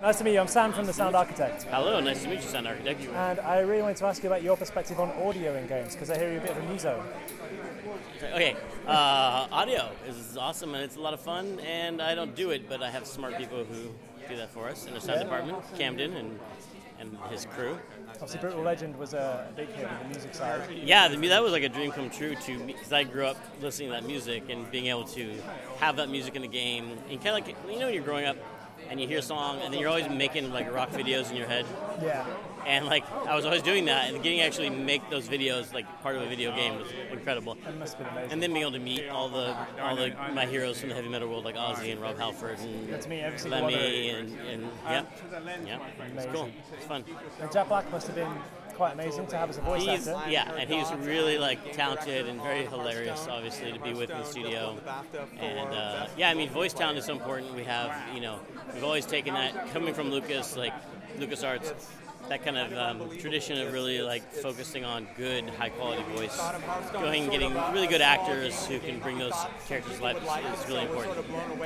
Nice to meet you. I'm Sam from The Sound Architect. Hello, nice to meet you, Sound Architect. And I really wanted to ask you about your perspective on audio in games, because I hear you're a bit of a muso. Okay, uh, audio is awesome and it's a lot of fun, and I don't do it, but I have smart people who do that for us in the sound department, Camden and, and his crew. Obviously, Brutal Legend was uh, a big hit with the music side. Yeah, the, mu- that was like a dream come true to me because I grew up listening to that music and being able to have that music in the game. And kind of like, you know, when you're growing up and you hear a song, and then you're always making like rock videos in your head. Yeah. And like, I was always doing that, and getting to actually make those videos like part of a video game was incredible. It must have been amazing. And then being able to meet all the all the my heroes from the heavy metal world like Ozzy and Rob Halford and That's me, every single Lemmy and, and yeah, yeah, it's cool, it's fun. And Jack Black must have been quite amazing to have as a voice He's actor. yeah, and he's really like talented and very hilarious, obviously, to be with in the studio. And uh, yeah, I mean, voice talent is so important. We have you know we've always taken that coming from Lucas like Lucas Arts. That kind of um, tradition of really like focusing on good, high quality voice, going and getting really good actors who can bring those characters to life is, is really important.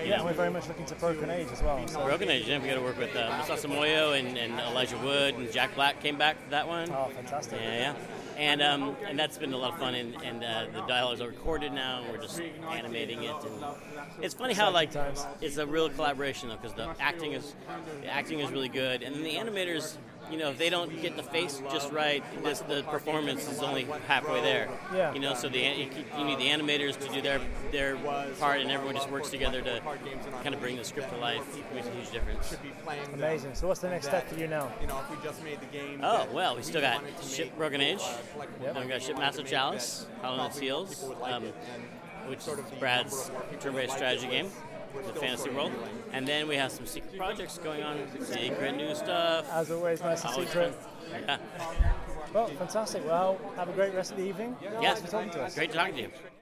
Yeah, and we're very much looking to Broken Age as well. So. Broken Age, yeah, we got to work with uh, Musa Samoyo and, and Elijah Wood and Jack Black came back for that one. Oh, fantastic. Yeah, yeah. And, um, and that's been a lot of fun, and, and uh, the dialogues are recorded now, and we're just animating it. And it's funny how like times. it's a real collaboration though, because the acting is the acting is really good, and then the animators, you know, if they don't get the face just right, this, the performance is only halfway there. Yeah. You know, so the an- you keep- you need the animators to do their their part, and everyone just works together to kind of bring the script to life. It makes a huge difference. Amazing. So what's the next step for you now? You know, if we just made the game. Oh that well, we we still got wanted to Ship make, uh, Broken Age, like, Yep. then we got Ship Master Chalice, Howlin' at Seals, um, which is Brad's turn-based strategy game, the fantasy world, and then we have some secret projects going on, secret new stuff. As always, nice and Always secret. fun. Yeah. Well, fantastic. Well, have a great rest of the evening. Yeah. Thanks for talking to us. Great talking to you.